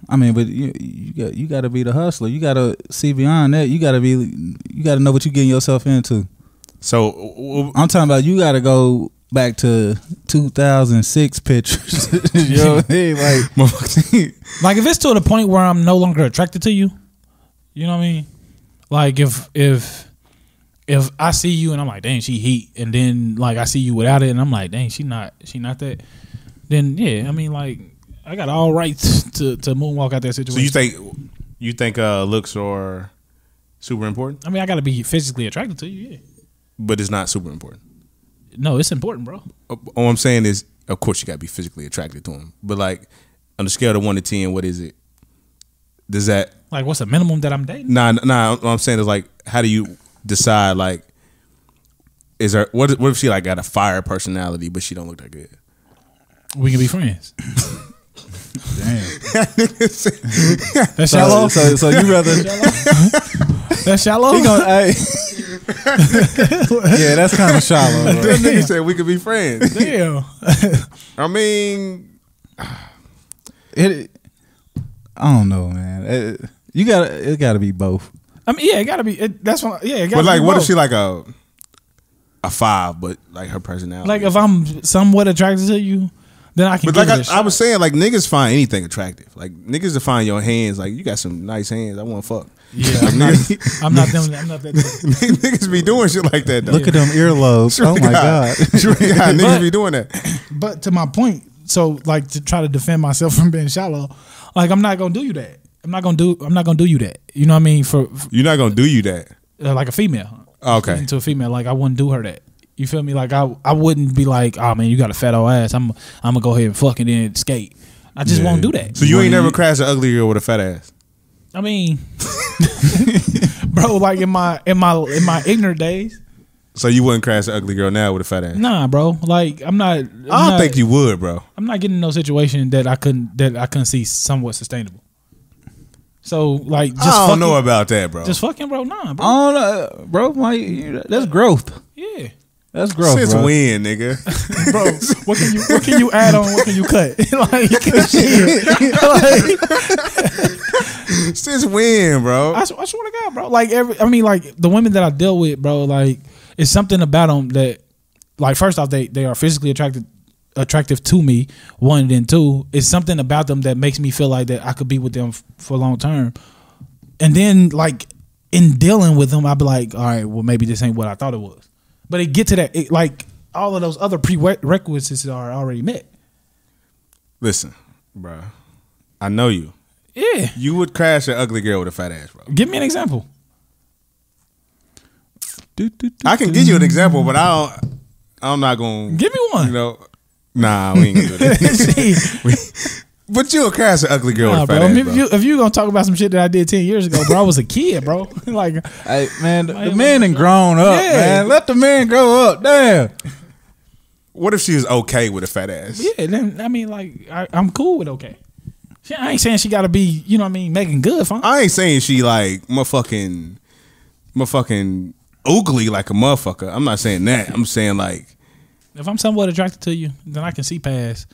I mean, but you you got you got to be the hustler. You got to see beyond that. You got to be you got to know what you're getting yourself into. So w- w- I'm talking about you got to go back to 2006 pictures. you know what I mean? Like motherfucker, Like if it's to the point where I'm no longer attracted to you, you know what I mean? Like if if if I see you and I'm like, dang, she heat, and then like I see you without it, and I'm like, dang, she not she not that. Then yeah, I mean like I got all rights to to moonwalk out that situation. so you think you think uh, looks are super important, I mean I got to be physically attracted to you. Yeah. but it's not super important. No, it's important, bro. Uh, All I'm saying is, of course, you gotta be physically attracted to him, but like on a scale of one to ten, what is it? Does that Like what's the minimum that I'm dating? Nah, nah. What I'm saying is like, how do you decide? Like, is there what? What if she like got a fire personality, but she don't look that good? We can be friends. damn. That's So, shallow. so so you rather That's shallow. he gonna hey. yeah, that's kind of shallow. Bro. That nigga said we could be friends. Damn. I mean, It, I don't know, man. It- you got to it. Got to be both. I mean, yeah, it gotta be. It, that's what. Yeah, it gotta but like, be what if both. she like a a five, but like her personality? Like if I'm somewhat attracted to you, then I can. but like give like it a I, I shot. was saying, like niggas find anything attractive. Like niggas to find your hands. Like you got some nice hands. I want to fuck. yeah, Like, I'm not, niggas, I'm not them. I'm not that. Dude. niggas be doing shit like that. Though. Look at them earlobes. oh my god. Swear to God, niggas But- be doing that. But to my point, so like to try to defend myself from being shallow, like I'm not gonna do you that. I'm not gonna do. I'm not gonna do you that. You know what I mean? For, for, You're not gonna do you that. uh, like a female. Oh, Okay. Speaking To a female, like I wouldn't do her that. You feel me? Like I, I wouldn't be like, oh man, you got a fat old ass. I'm, I'm gonna go ahead and fucking then skate. I just won't do that. So you ain't never crashed an ugly girl with a fat ass. I mean, bro, like in my in my in my ignorant days, So you wouldn't crash an ugly girl now with a fat ass? nah, bro. Like I'm not. I'm I don't not, think you would, bro. I'm not getting in no situation that I couldn't that I couldn't see somewhat sustainable. So like, just I don't fucking, know about that, bro. Just fucking, bro. Nah, bro. I don't know, bro. My you- that's growth. yeah, That's growth, Since bro. when, nigga? bro. What can you what can you add on? What can you cut? like, shit. like Since when, bro? I, sw- I swear to God, bro. Like every, I mean, like the women that I deal with, bro. Like it's something about them that, like, first off, they they are physically attracted, attractive to me. One, then two, it's something about them that makes me feel like that I could be with them f- for long term. And then, like, in dealing with them, I'd be like, all right, well, maybe this ain't what I thought it was. But it get to that, it, like, all of those other prerequisites are already met. Listen, bro. I know you. Yeah, You would crash an ugly girl with a fat ass, bro. give me an example. Do, do, do, I can give you an example, but I don't. I'm not gonna. Give me one. You know. Nah, we ain't gonna do that. See? but you'll crash an ugly girl Nah, with a fat bro. ass, I mean, bro. If, you, if you gonna talk about some shit that I did ten years ago, bro, I was a kid, bro. like, Hey man, the- the Man, man and grown up, Yeah. man. Let the man grow up. Damn. what if she was okay with a fat ass? yeah, then I mean, like, I, I'm cool with okay. She, I ain't saying she gotta be, you know, what I mean, making good, fine. I ain't saying she like motherfucking, motherfucking ugly like a motherfucker. I'm not saying that. I'm saying like If I'm somewhat attracted to you, then I can see past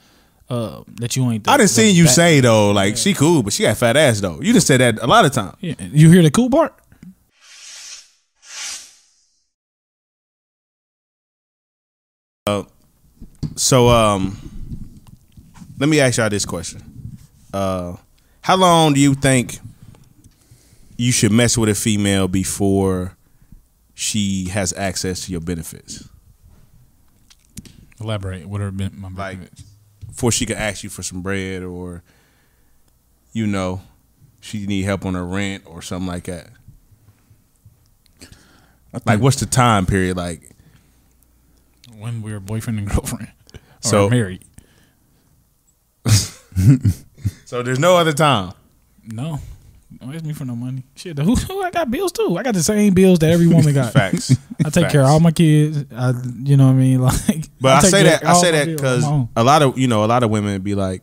uh, that you ain't. The, I didn't the see you back- say though, like she cool, but she got fat ass though. You just said that a lot of times. Yeah, you hear the cool part? So um let me ask y'all this question. Uh how long do you think you should mess with a female before she has access to your benefits? Elaborate. What are ben- my Like- benefits? Before she can ask you for some bread or you know, she need help on her rent or something like that. Like what's the time period like? when we were boyfriend and girlfriend, or So- married? So there's no other time. No, don't ask me for no money. Shit, who, who I got bills too. I got the same bills that every woman got. Facts. I take care of all my kids. I, you know what I mean? Like, But I, take say care that of I all say my that bills. because I'm home. a lot of you know a lot of women be like,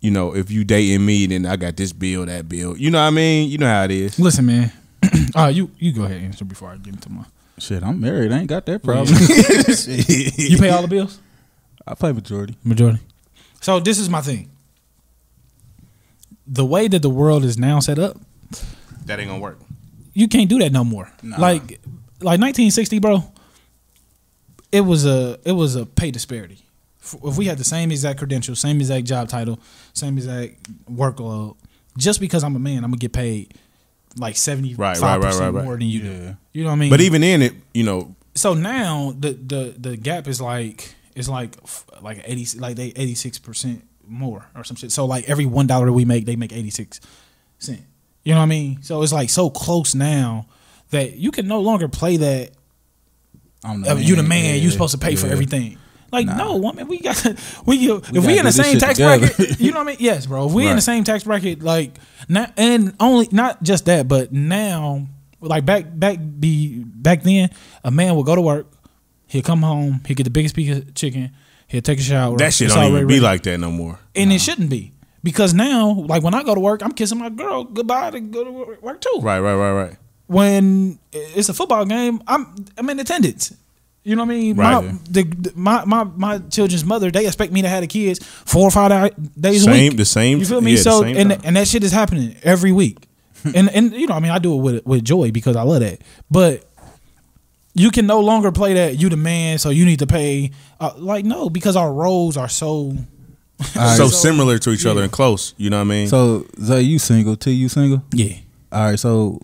you know, if you dating me, then I got this bill, that bill. You know what I mean? You know how it is. listen, man. uh, you you go ahead and answer before I get into my. Shit, I'm married. I ain't got that problem. You pay all the bills, I play majority. majority. So this is my thing. The way that the world is now set up, That ain't gonna work. you can't do that no more. Like like 1960, bro. It was a it was a pay disparity. F- If we had the same exact credentials, same exact job title, same exact workload, just because I'm a man, I'm gonna get paid like seventy Right, five right, right, right, percent right. more than you do. You know what I mean? But even then, it you know, so now the the the gap is like it's like f- like eighty like they eighty six percent more or some shit. So like every one dollar we make, they make eighty six cent. You know what I mean? So it's like so close now that you can no longer play that I'm uh, you the man, yeah, you supposed to pay for yeah. everything. Like no, woman, we got we, if we, gotta in do the this same shit tax together. bracket, you know what I mean? Yes, bro. If we in the Right. same tax bracket, like not and only not just that, but now like back back be back then, a man would go to work, he'd come home, he'd get the biggest piece of chicken, he'd take a shower. that shit it's don't even already be ready. like that no more. and it shouldn't be. Because now, like when I go to work, I'm kissing my girl goodbye to go to wor- work too Right, right, right, right. when it's a football game, I'm I'm in attendance. You know what I mean? My, Right. the, the- my my my children's mother, they expect me to have the kids four or five di- days a Same- week. the same- You feel me? yeah, the so same and time. Hmm. and that shit is happening every week. and and you know, I mean, I do it with with joy because I love that. But you can no longer play that you the man, so you need to pay. Uh, like no, because our roles are so. so similar to each other and close. You know what I mean? So, Zay, you single? T, you single? Yeah, All right. So,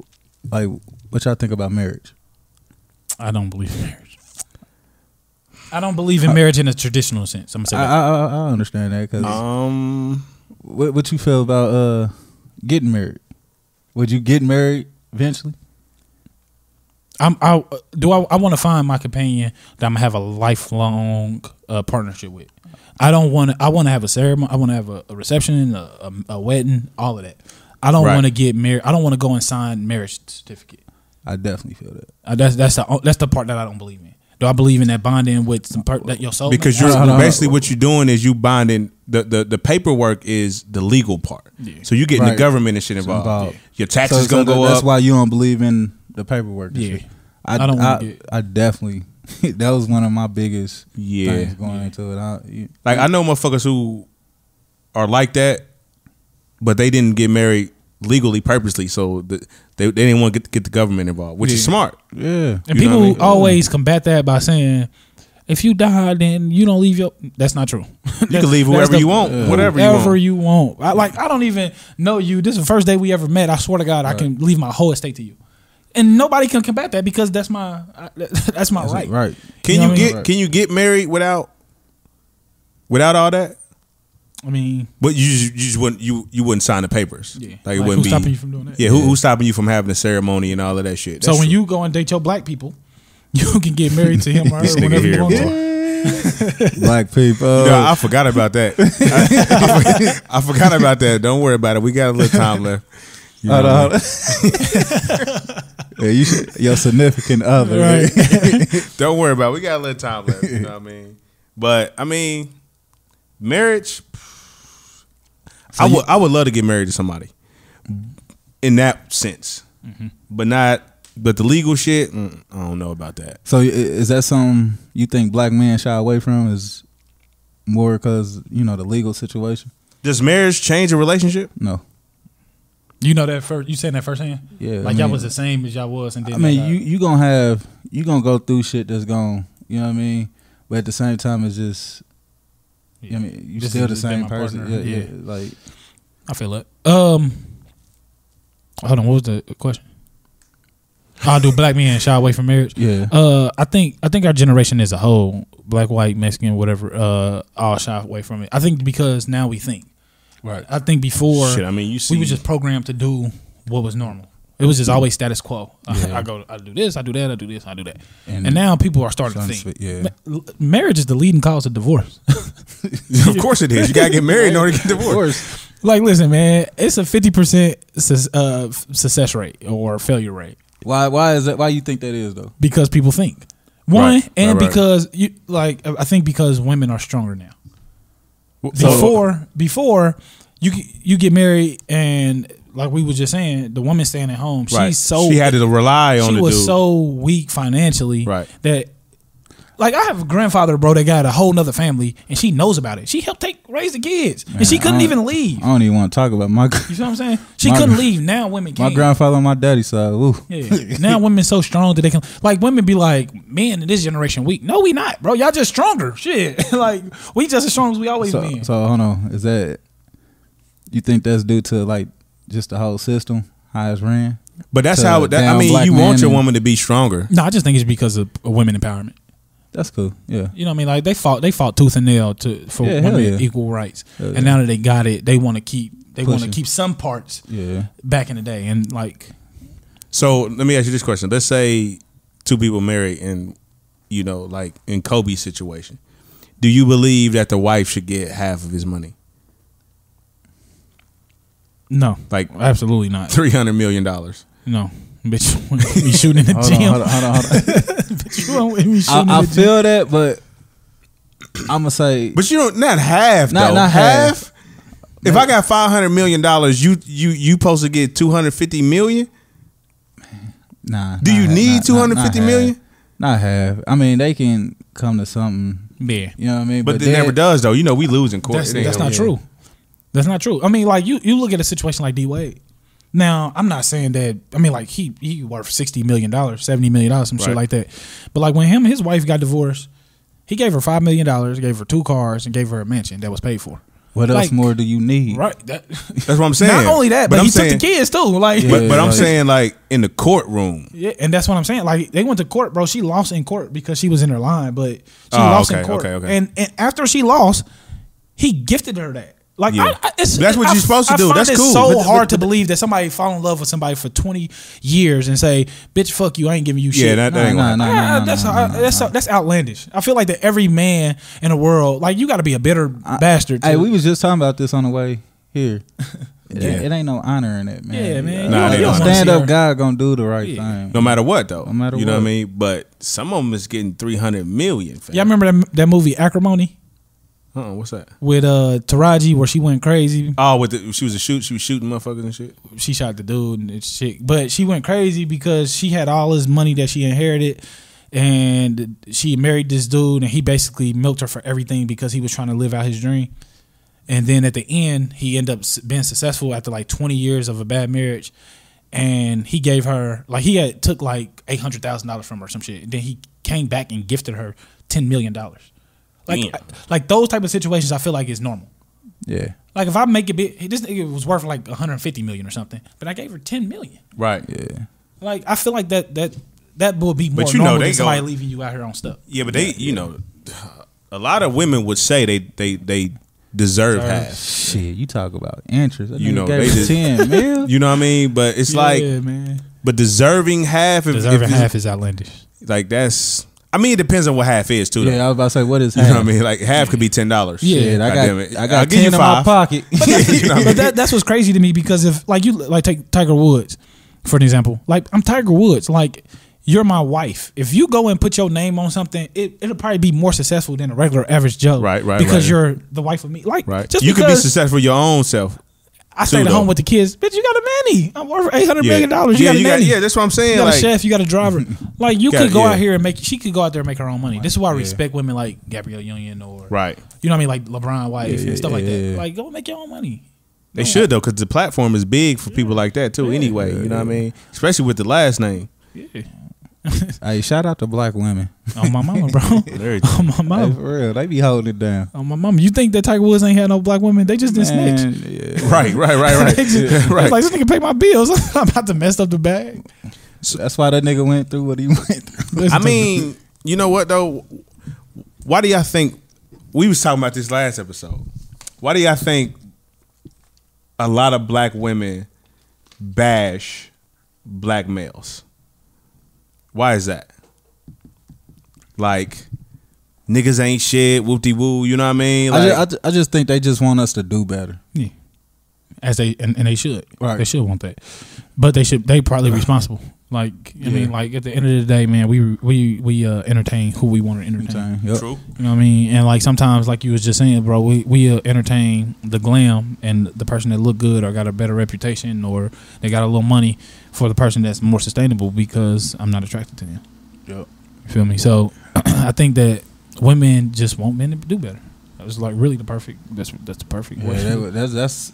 like, what y'all think about marriage? I don't believe in marriage. I don't believe Uh, in marriage in a traditional sense. I'm gonna say I that. I, I, I understand that because um, what what you feel about uh getting married? Would you get married eventually? I'm, I do. I, I want to find my companion that I'm gonna have a lifelong uh, partnership with. I don't want to. I want to have a ceremony. I want to have a, a reception, a, a, a wedding, all of that. I don't Right. want to get married. I don't want to go and sign marriage certificate. I definitely feel that. Uh, that's that's the that's the part that I don't believe in. Do I believe in that bonding with some part that your soul? because you're Oh, hold on, hold on. basically what you're doing is you binding the, the the paperwork is the legal part. So you getting the Right. government and shit involved. involved. Your taxes So- so gonna that- go that's up. why you don't believe in the paperwork. and Yeah. shit. I, I don't don't. wanna I, get- I definitely. that was one of my biggest Yeah. things going into it. I, you, Like I know motherfuckers who are like that, but they didn't get married legally purposely, so the, they they didn't want to get, get the government involved, which is Yeah. smart. yeah. and you know people what I mean? always combat that by saying, "If you die, then you don't leave your." That's not true. You can leave whoever you want, whatever you whatever want. you want. I, like I don't even know you. This is the first day we ever met. I swear to God, I can leave my whole estate to you, and nobody can combat that because that's my I- that's my right. Right. Can You know you, what I mean? get can you get married without without all that? I mean, But you just, you just wouldn't you you wouldn't sign the papers. Yeah. Like it Like, wouldn't who's be stopping you from doing that? Yeah, who, who's stopping you from having a ceremony and all of that shit? so That's when true. you go and date your black people, you can get married to him or her This nigga whenever you here, want. boy. to. Black people. Yeah, I forgot about that. I, I forgot about that. Don't worry about it. We got a little time left. You know Hold what I mean? on, hold on. yeah, you should, your significant other. Right. Don't worry about it. We got a little time left. You know what I mean? But I mean, marriage. I would I would love to get married to somebody in that sense, but not But the legal shit, mm, I don't know about that. So i- is that something you think black men shy away from? Is more because you know the legal situation? Does marriage change a relationship? No. You know that first. You saying that firsthand. Yeah, I Like y'all mean- was the same as y'all was, and then I mean, you you gonna have you gonna go through shit that's gonna you know what I mean. But at the same time, it's just I mean you This still is- the this been same my person. partner. Yeah, yeah, Yeah. Like I feel it. Um, hold on. What was the question? How do black men shy away from marriage? yeah. Uh, I think I think our generation as a whole, black, white, Mexican, whatever, uh, all shy away from it. I think because now we think. Right. I think before Shit, I mean, you see, we were just programmed to do what was normal. It was just always status quo. I, I go, I do this, I do that, I do this, I do that. And- And, now people are starting to Starting to think. fit- yeah. Ma- l- marriage is the leading cause of divorce. of course it is. You gotta get married in order to get Of divorced. course. like, listen, man, it's a fifty percent uh, f- success rate or failure rate. Why why is that? Why you think that is though? because people think one Right, and right, right. because you like i think because women are stronger now So- before before you g- you get married and like we were just saying the woman staying at home Right. she's so she had to rely on she the was dude. so weak financially Right. that like I have a grandfather, bro, that got a whole nother family, and she knows about it. She helped take raise the kids, and she Man, I couldn't don't- even leave. I don't even want to talk about my You see what I'm saying? She My- couldn't leave. Now women my can't. grandfather on my daddy's side. Ooh. Yeah. now women so strong that they can like women be like, man, in this generation weak. No, we not, bro. Y'all just stronger. Shit. like we just as strong as we always So, been. so hold on, is that you think that's due to like just the whole system how it's ran? but that's to how. That, I down mean, black you want man your and- woman to be stronger. no, I just think it's because of women empowerment. That's cool. Yeah, You know what I mean? Like they fought they fought tooth and nail to for Yeah, hell women yeah. equal rights. Hell And yeah. now that they got it, they want to keep they want to Pushing. keep some parts yeah. back in the day and like So let me ask you this question. Let's say two people marry and you know, like in Kobe's situation. Do you believe that the wife should get half of his money? no, Like absolutely not. three hundred million dollars. No. Bitch, you shooting in the Hold on, gym. hold on, hold on. Hold on. Bitch, you want me shooting I, I in the gym. feel that, but I'm gonna say But you don't not half Not- though. not half. If I got five hundred million dollars, you you you supposed to get two hundred fifty million? nah. Do not you half, need not- not- not 250 half. million? Not half. I mean, they can come to something. Yeah. You know what I mean? But, it never that- does though. You know we lose in court. That's, It ain't that's no- not true. That's not true. I mean, like you, you look at a situation like D Wade. Now, I'm not saying that. I mean, like he he worth sixty million dollars, seventy million dollars, some Right. shit like that. But like when him and his wife got divorced, he gave her five million dollars, gave her two cars, and gave her a mansion that was paid for. What else Like- more do you need? Right. That, That's what I'm saying. not only that, but, I'm he saying, took the kids too. Like, But, but I'm like- saying like in the courtroom. yeah, and that's what I'm saying. Like they went to court, bro. She lost in court because she was in her line, but she Oh, lost okay, in court. okay, okay. And and after she lost, he gifted her that. Like Yeah. I, I, it's, That's what I- you're supposed to I do. find That's it cool. So But- but- hard to believe that somebody fall in love with somebody for 20 years and say, "Bitch, fuck you. I ain't giving you shit." Yeah, that, that Nah, ain't gonna nah, happen. nah, Yeah, nah, nah, Ah, that's nah, how- nah, that's how- that's outlandish. I feel like that every man in the world, like you got to be a bitter bastard. Hey, to- we was just talking about this on the way here. It, it ain't no honor in it, man. Yeah, man. Nah, they you don't. stand Yeah. up guy gonna do the right thing. No matter what, though. No matter you know what I what. mean. But some of them is getting three hundred million. Fam. y'all remember that, that movie Acrimony Uh-uh, what's that? with uh Taraji where she went crazy? Oh, with the, she was a shoot. She was shooting motherfuckers and shit. she shot the dude and it's shit. But she went crazy because she had all his money that she inherited, and she married this dude, and he basically milked her for everything because he was trying to live out his dream. And then at the end, he ended up s- being successful after like twenty years of a bad marriage, and he gave her like he had took like eight hundred thousand dollars from her or some shit. And then he came back and gifted her ten million dollars. Like Damn. like those type of situations, I feel like is normal. Yeah. Like if I make it big, this nigga was worth like 150 million or something, but I gave her 10 million. Right. Yeah. Yeah. Like I feel like that that that will be more you know normal they than somebody go- leaving you out here on stuff. but they, you know, a lot of women would say they they they deserve half. Ah, Shit, you talk about interest. That You you know, know, they gave us just- ten mil. You know what I mean? But it's like, man, but deserving half. If, deserving if it's- half is outlandish. Like that's. I mean, it depends on what half is too. Yeah, I Yeah. was about to say, what is You know what I half? mean? Like half could be ten dollars. Yeah. Shit, I Goddamn got, it. I I'll got give you ten in my five. pocket. You know what I but mean? that, that's what's crazy to me because if like you like take Tiger Woods for an example, like I'm Tiger Woods, like you're my wife. If you go and put your name on something, it, it'll probably be more successful than a regular average Joe, Right, right, Because right. you're the wife of me, like Right. Just you could be because- successful your own self. I stayed too, at home though. with the kids. Bitch, you got a nanny. I'm worth eight hundred million dollars. You yeah, got a you got, nanny. yeah, that's what I'm saying. You got like, a chef. You got a driver. Like you Got- could go yeah. out here and make. She could go out there and make her own money. This is why I respect women like Gabrielle Union or Right. You know what I mean? Like LeBron wife and stuff like yeah, that. yeah. Like go make your own money. They should though, because the platform is big for people like that too. anyway, you know what I mean? Especially with the last name. Yeah. Hey, shout out to black women. On my mama, bro. There you go. On my Hey, mama. for real, they be holding it down. On my mama. You think that Tiger Woods ain't had no black women? They just didn't snitch. Man, yeah. right, right, right, They just- right, it's right. Like this nigga pay my bills. I'm about to mess up the bag. That's why that nigga went through what he went through. I mean, you know what though? Why do y'all think we was talking about this last episode? Why do y'all think a lot of black women bash black males? Why is that? Like niggas ain't shit, whoop de woo. You know what I mean? I, Like, just, I, ju- I just think they just want us to do better. Yeah. As they and, and they should. Right. They should want that. But they should they probably responsible. Like I mean, like at the end of the day, man, we we we uh, entertain who we want to entertain. Time. Yup. true. You know what I mean? And like sometimes, like you was just saying, bro, we we uh, entertain the glam and the person that look good or got a better reputation or they got a little money for the person that's more sustainable because I'm not attracted to them. Yup. You feel me? So I think that women just want men to do better. That was like really the perfect. That's that's the perfect. Yeah, word. that, wa- that's that's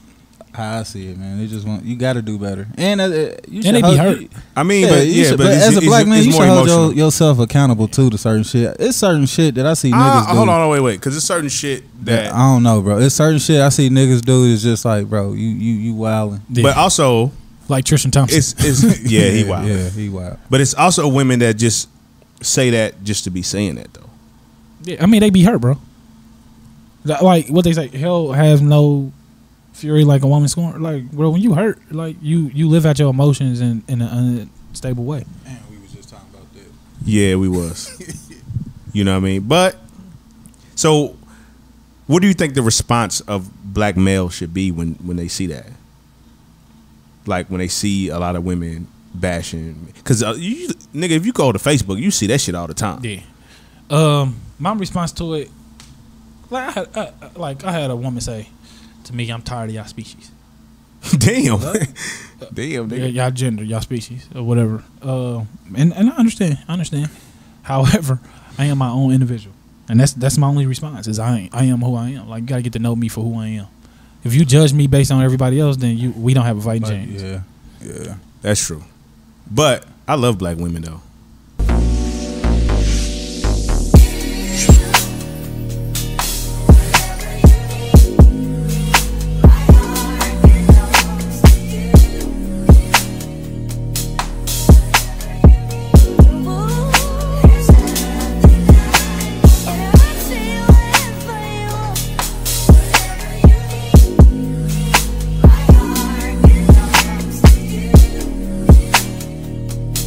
how I see it, man. They just want you got to do better, and uh, uh, you And should they be hold- hurt. I mean, yeah, but you yeah, should- but, but it's, as a it's- black man, it's you more should hold emotional. your, yourself accountable too to certain shit. It's certain shit that I see Ah, niggas do. hold on, wait, wait, because there's certain shit that I don't know, bro. It's certain shit I see niggas do is just like, bro, you you you wilding. Yeah. But also, like Tristan Thompson. it's it's yeah, he wild. Yeah, he wild. But it's also women that just say that just to be saying that though. Yeah, I mean, they be hurt, bro. Th- Like what they say, hell has no fury like a woman scorn. Like, bro, when you hurt, like you you live out your emotions in in an unstable way. Man, we was just talking about that. Yeah, we was. you know what I mean? But so what do you think the response of black males should be when when they see that? Like when they see a lot of women bashing cuz uh, you nigga if you go to Facebook, you see that shit all the time. Yeah. Um, my response to it, like I, had, I I- like I had a woman say to me, "I'm tired of y'all species, Damn. Damn, y- nigga. y'all gender, y'all species, or whatever." Uh, and and I understand, I understand. However, I am my own individual, and that's that's my only response is I ain't, I am who I am. Like you gotta get to know me for who I am. If you judge me based on everybody else, then you we don't have a fighting Like, chance. yeah, yeah. That's true. But I love black women though.